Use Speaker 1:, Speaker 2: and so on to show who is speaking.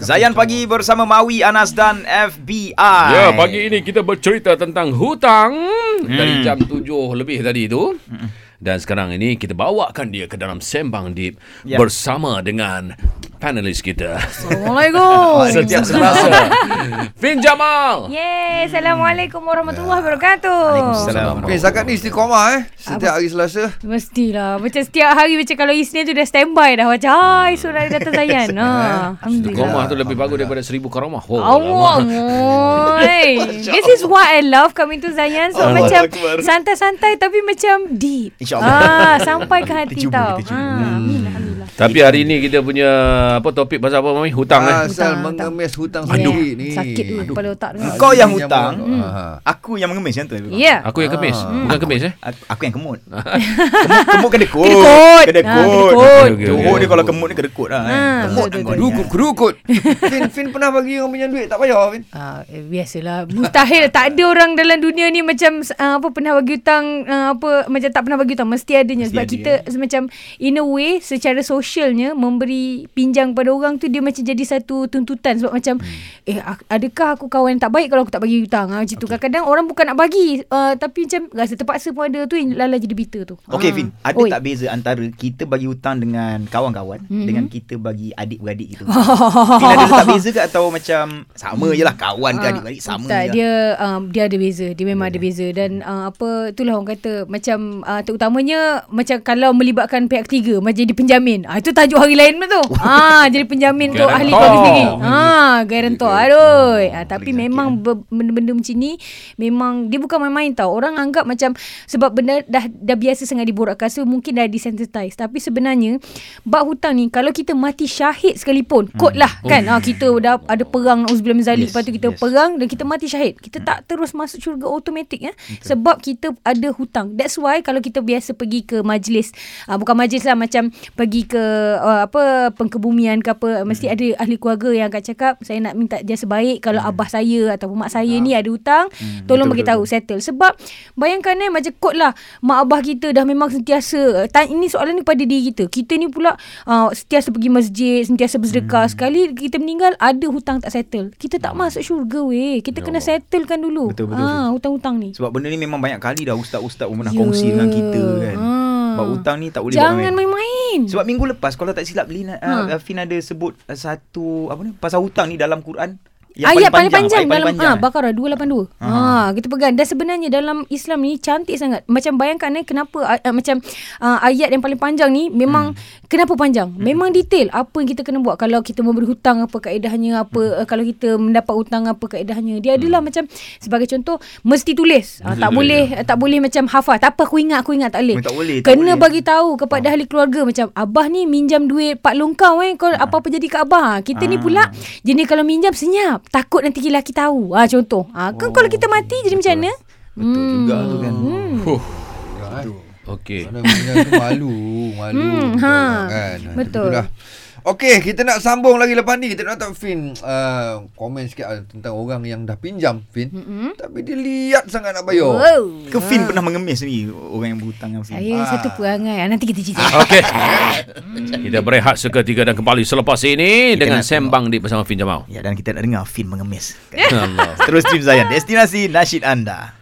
Speaker 1: Zayan pagi bersama Mawi Anas dan FBI.
Speaker 2: Ya, pagi ini kita bercerita tentang hutang
Speaker 1: Hmm.
Speaker 2: dari jam 7 lebih tadi itu. Dan sekarang ini kita bawakan dia ke dalam sembang deep
Speaker 1: Ya.
Speaker 2: bersama dengan panelis kita.
Speaker 3: Assalamualaikum.
Speaker 2: Setiap semasa. Fin Jamal.
Speaker 4: Yeay, Assalamualaikum warahmatullahi wabarakatuh.
Speaker 1: Waalaikumsalam.
Speaker 5: Okey, setakat ni istiqamah eh. Setiap hari Selasa.
Speaker 3: Mestilah. Macam setiap hari macam kalau Isnin tu dah standby dah. Macam, hai, surat dia datang Zayan. ha, Alhamdulillah.
Speaker 2: Karomah tu lebih bagus daripada seribu karomah. Oh,
Speaker 3: Allah,
Speaker 2: lama.
Speaker 3: moy. This is what I love coming to Zayan. So,
Speaker 1: Allah
Speaker 3: macam
Speaker 1: Akbar.
Speaker 3: santai-santai tapi macam deep.
Speaker 1: InsyaAllah.
Speaker 3: Ah, sampai ke hati
Speaker 1: Kita cuba,
Speaker 3: tau.
Speaker 1: kita cuba.
Speaker 3: Ah, amin, Alhamdulillah.
Speaker 2: Tapi hari ini kita punya apa topik pasal apa mami? Hutang eh.
Speaker 3: Hutang, hutang.
Speaker 5: Asal ah, mengemis hutang
Speaker 3: Aduh,
Speaker 5: sendiri ni.
Speaker 3: sakit tu kepala otak tu.
Speaker 1: Kau yang hutang.
Speaker 5: Ha.
Speaker 1: Aku yang mengemis kan tu.
Speaker 3: Ya.
Speaker 2: Aku yang kemis. Bukan kemis eh.
Speaker 1: Aku, aku yang kemut. kemut. Kemut kedekut.
Speaker 3: Kedekut.
Speaker 1: Kedekut.
Speaker 3: Ah, kedekut.
Speaker 2: Okey, okey,
Speaker 1: Johor
Speaker 2: okey.
Speaker 1: dia kalau kemut ni kedekut lah. eh.
Speaker 3: Ah,
Speaker 1: Kemut
Speaker 3: betul,
Speaker 1: kan kau
Speaker 5: Rukut,
Speaker 1: ni.
Speaker 5: kerukut. Fin, Fin pernah bagi orang pinjam duit tak payah, Fin.
Speaker 3: Ah, eh, biasalah mustahil tak ada orang dalam dunia ni macam ah, apa pernah bagi hutang ah, apa macam tak pernah bagi hutang mesti adanya sebab
Speaker 2: ada,
Speaker 3: kita macam in a way secara sosialnya memberi pinjang pada orang tu dia macam jadi satu tuntutan sebab macam
Speaker 1: Hmm.
Speaker 3: eh ak- adakah aku kawan yang tak baik kalau aku tak bagi hutang ah, macam tu kadang-kadang orang bukan nak bagi ah, tapi macam rasa terpaksa pun ada tu yang lala jadi bitter tu
Speaker 1: Okey
Speaker 3: Ah.
Speaker 1: Fin, ada
Speaker 3: Oi. Mm-hmm.
Speaker 1: tak beza antara kita bagi hutang dengan kawan-kawan dengan kita bagi adik-beradik gitu? Fin ada tak beza ke atau macam sama je lah kawan ke
Speaker 3: Ah,
Speaker 1: adik-beradik sama
Speaker 3: tak,
Speaker 1: je? lah? Ya,
Speaker 3: dia um, dia ada beza dia memang ada beza dan uh, apa itulah orang kata macam uh, terutamanya macam kalau melibatkan pihak ketiga macam jadi penjamin ah itu tajuk hari lain pun tu ah jadi penjamin tu ahli
Speaker 2: Guarantor.
Speaker 3: keluarga sendiri ah garantor aduh ah, tapi memang ber- benda-benda macam ni memang dia bukan main-main tau orang anggap macam sebab benda dah dah biasa sangat diborakkan so mungkin dah desensitize tapi sebenarnya bab hutang ni kalau kita mati syahid sekalipun kot lah kan ah, kita dah ada perang uzbilah mizalik yes, lepas tu kita
Speaker 1: yes.
Speaker 3: perang dan kita mati syahid. Kita tak terus masuk syurga automatik ya. Sebab kita ada hutang. That's why kalau kita biasa pergi ke majlis, uh, bukan majlis lah macam pergi ke uh, apa pengkebumian ke apa mesti ada ahli keluarga yang akan cakap saya nak minta jasa baik kalau abah saya atau mak saya ni ada hutang, tolong bagi tahu settle. Sebab bayangkan eh macam kot lah mak abah kita dah memang sentiasa uh, ta- ini soalan ni pada diri kita. Kita ni pula uh, sentiasa pergi masjid, sentiasa
Speaker 1: Hmm.
Speaker 3: bersedekah. Sekali kita meninggal ada hutang tak settle. Kita tak masuk syurga weh. Kita kena settlekan dulu.
Speaker 1: Ya Betul, betul,
Speaker 3: ha, hutang-hutang ni.
Speaker 1: Sebab benda ni memang banyak kali dah ustaz-ustaz pun pernah
Speaker 3: Ya.
Speaker 1: kongsi dengan kita kan.
Speaker 3: Ah.
Speaker 1: Bab hutang ni tak boleh buat
Speaker 3: Jangan main-main.
Speaker 1: Sebab minggu lepas kalau tak silap Lin ha. uh, Fin ada sebut uh, satu apa ni pasal hutang ni dalam Quran
Speaker 3: ayat Ah, ya, paling panjang,
Speaker 1: ayat
Speaker 3: dalam ah
Speaker 1: eh.
Speaker 3: Baqarah 282. Ha, kita pegang dan sebenarnya dalam Islam ni cantik sangat. Macam bayangkan eh kenapa ah, ah, macam ah, ayat yang paling panjang ni memang kenapa panjang? Memang detail apa yang kita kena buat kalau kita memberi hutang apa kaedahnya apa eh, kalau kita mendapat hutang apa kaedahnya. Dia adalah macam sebagai contoh mesti tulis. Ah, tak boleh tak boleh macam hafal. Tak apa aku ingat aku ingat tak boleh.
Speaker 1: Tak boleh, tak boleh.
Speaker 3: Kena
Speaker 1: Ah.
Speaker 3: bagi tahu kepada ahli keluarga macam abah ni minjam duit pak long kau
Speaker 1: Ah.
Speaker 3: eh kau apa-apa jadi kat abah. Kita ni pula jenis kalau minjam senyap, takut nanti lelaki tahu. Ah contoh. Ah kan kalau kita mati jadi macam mana?
Speaker 1: Oh,
Speaker 3: Hmm.
Speaker 1: Betul juga tu kan.
Speaker 2: Okey.
Speaker 5: Mana punya tu malu, malu.
Speaker 3: Hmm, ha.
Speaker 5: betul tak Kan? Ha,
Speaker 3: Betul.
Speaker 5: itulah. Okey, kita nak sambung lagi lepas ni. Kita nak tak Fin uh, komen sikit uh, tentang orang yang dah pinjam Fin. Mm-hmm. Tapi dia liat sangat nak bayar.
Speaker 3: Wow.
Speaker 1: Ke Fin
Speaker 3: Ha.
Speaker 1: pernah mengemis ni orang yang berhutang dengan Fin.
Speaker 3: Saya satu perangai. Ah, Nanti kita cerita.
Speaker 2: Okey. Kita berehat seketika dan kembali selepas ini
Speaker 1: Kita
Speaker 2: dengan
Speaker 1: nak
Speaker 2: sembang di bersama Fin Jamal.
Speaker 1: Ya dan kita nak dengar Fin mengemis.
Speaker 2: Allah.
Speaker 1: Terus stream Zayan. Destinasi nasyid anda.